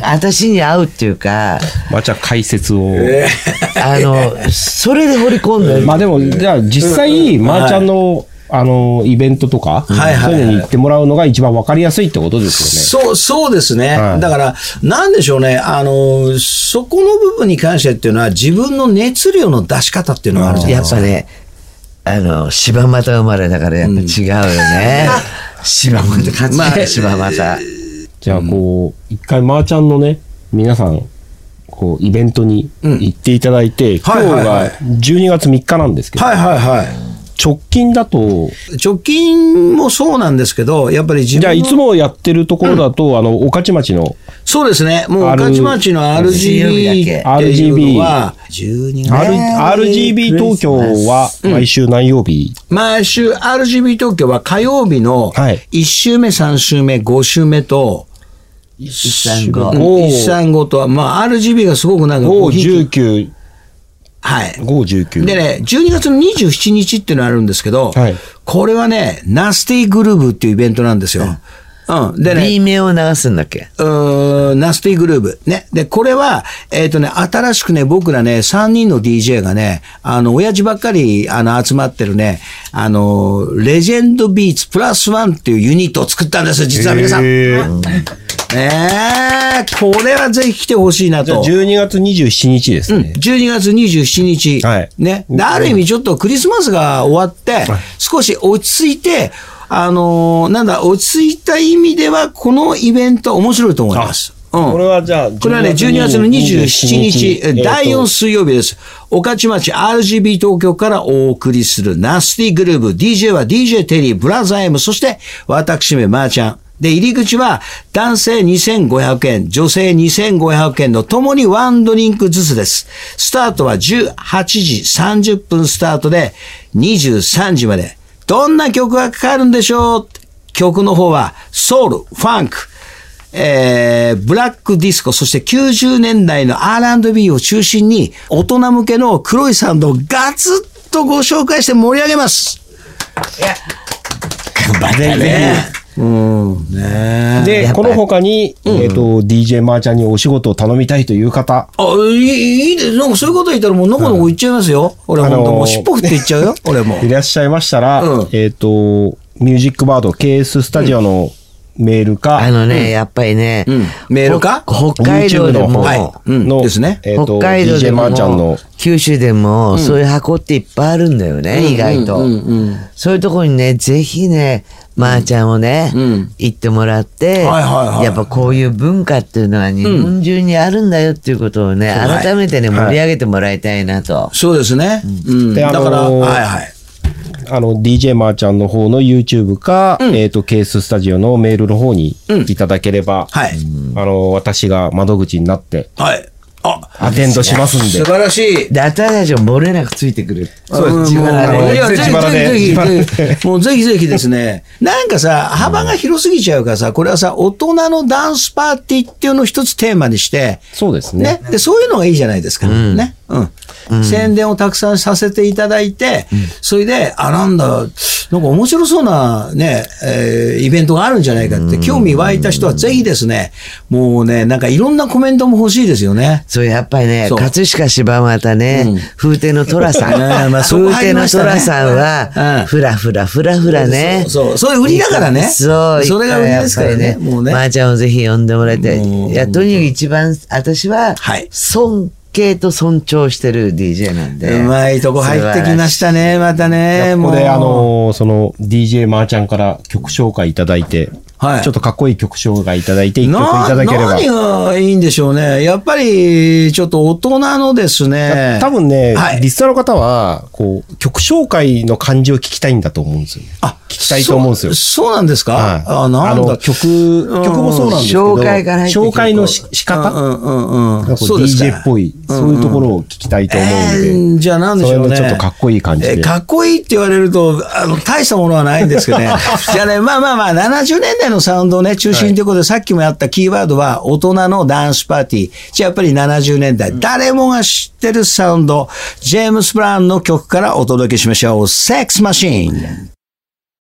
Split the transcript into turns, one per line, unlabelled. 私に合うっていうか、
まあ、じゃあ解説を。
あの、それで掘り込んでる。
まあでも、じゃあ実際、マーちゃんの、あの、イベントとか、
はいはい
そういうのに行ってもらうのが一番わかりやすいってことです
そう、そうですね。
はい
だから、なんでしょうね。あの、そこの部分に関してっていうのは、自分の熱量の出し方っていうのがあるじゃない
や
で
っ
すか。
ぱね、あの、柴又生まれだからやっぱ違うよ ね。柴又、かつて柴又。
よね。じゃあこう、一回マーちゃんのね、皆さん、こう、イベントに行っていただいて、今
はい
日
はいはい
が12月3日なんですけど、
はいはいはい。
直近だと、
貯金もそうなんですけど、やっぱり自
じゃあ
分
い
の
つもやってるところだと、あの、御徒町の
そうですね。もう、
R-
御徒町の RGB っていうのは、12
R-
月。
RGB 東京は毎週何曜日、
毎週 RGB 東京は火曜日の
はい
1週目、3週目、5週目と、
135。
おー
135とは、まあ RGB がすごくなんかこう、
5、19、
はい。
5、19。
でね、12月の27日っていうのがあるんですけど、
はい
これはね、ナスティグルーブっていうイベントなんですよ。うん。でね、
B 面を流すんだっけ
うーんナスティグルーブ。ね。で、これは、えっ、とね、新しくね、僕らね、3人の DJ がね、あの、親父ばっかり、あの、集まってるね、あの、レジェンドビーツプラスワンっていうユニットを作ったんですよ、実は皆さん。
えー
ねえこれはぜひ来てほしいな
じゃあ
と。
12月27日ですね。
12月27日、
はい
ね、である意味ちょっとクリスマスが終わって、少し落ち着いて、あのーなんだ、落ち着いた意味では、このイベント面白いと思います。うん、
これはじゃあ
これはね、12月の27日、え第4水曜日です。御徒町 RGB 東京からお送りするナスティグルーブ。DJ は DJ テリー、ブラザー M、そして私めまーちゃん。で、入り口は男性2500円、女性2500円のともにワンドリンクずつです。スタートは18時30分スタートで23時まで。どんな曲がかかるんでしょう曲の方はソウル、ファンク、えー、ブラックディスコ、そして90年代の R&B を中心に、大人向けの黒いサウンドをガツッとご紹介して盛り上げます。
バカ
ね
ね。
うん、ねえ
で
や、っぱ
この他に、えっと、DJ マーちゃんにお仕事を頼みたいという方、
あ、いい、いいで、なんかそういうこと言ったらもうのこのこ言っちゃいますよ。俺
あ
も、
のー
もうしっぽくって言っちゃうよ。俺も。
いらっしゃいましたら
うん、
えっと、ミュージックバード KS スタジオのメール
あ
か、
のね、やっぱりね、
うんメールか
ほ北海道
YouTube
で
の
も、
方
はいうん
の、
ですね
えっと、
北海道で
DJ
も
マーちゃんの、
九州でも、そういう箱っていっぱいあるんだよね、意外と、
うんうんうん
そういうとこにねぜひねまー、ちゃんをね、
うん
行ってもらって、
はいはいはい
やっぱこういう文化っていうのは日本中にあるんだよっていうことをね、
はい
改めてね盛り上げてもらいたいなと、
そうですね。うん。
で
だ
あ
か
の
ら、
ー
はいはい。
あの、DJ マーちゃんの方の YouTube か、えっと、KS スタジオのメールの方にいただければ、
はい。
あの、私が窓口になって、
はい。あ、
アテンドしますん
素
で。
晴らしい。
で私たちも漏れなくついてくる
うん
自
もう
腹
ね
い
で
やぜひ
自腹で
ぜひぜひ
自
ぜひもうぜひぜひですね。なんかさ、幅が広すぎちゃうからさ、これはさ、大人のダンスパーティーっていうのを一つテーマにして、
そうですね
ね。。で、そういうのがいいじゃないですか。ね。うん。宣伝をたくさんさせていただいて、それで、あ、なんだ、なんか面白そうなね、えーイベントがあるんじゃないかって、興味湧いた人はぜひですね、もうね、なんかいろんなコメントも欲しいですよね。
そう、やっぱりね、
そう
葛飾柴又ね、風亭の寅さん。
ね まあそこ
風
入り
亭
ま
の
したね
寅さん
うん
は、ふらふらふらふらね。
そう、そう、それ売りだからね。
そう。
それが売りですから
やっ
ね。
ぱり
もうね。
まーちゃんをぜひ呼んでもらいたい。
もう
いや、とにかく一番、私は
はい、
尊敬と尊重してる DJ なんで。
うまいとこ入ってきましたね、またね。
こ
もう。
こで、あのーその、DJ まーちゃんから曲紹介いただいて、
はい
ちょっとかっこいい曲紹介いただいて、一曲い
な
ただければ
何。がいいんでしょうね。やっぱり、ちょっと大人のですね。
多分ね、
はい
リスナーの方は、こう、曲紹介の感じを聞きたいんだと思うんですよね。
あ、
聞きたいと思うんですよ
そうそうなんですか、
はい
あ、なんだ。
の曲、曲もそうなんですけど、
紹介から入ってくる
紹介のし仕方、
うんうんう
なん
ん。
かこう
そうですか
DJ っぽい、そういうところを聞きたいと思うんで。
えーじゃあなんでしょうね。
それのちょっとかっこいい感じで
えーかっこいいって言われると、あの、大したものはないんです けどね。じゃあね、まあまあまあ、70年代のサウンドをね、中心ということで、さっきもやったキーワードは、大人のダンスパーティー。じゃあやっぱり70年代、誰もが知ってるサウンド、ジェームス・ブラウンの曲からお届けしましょう。セックス・マシーン。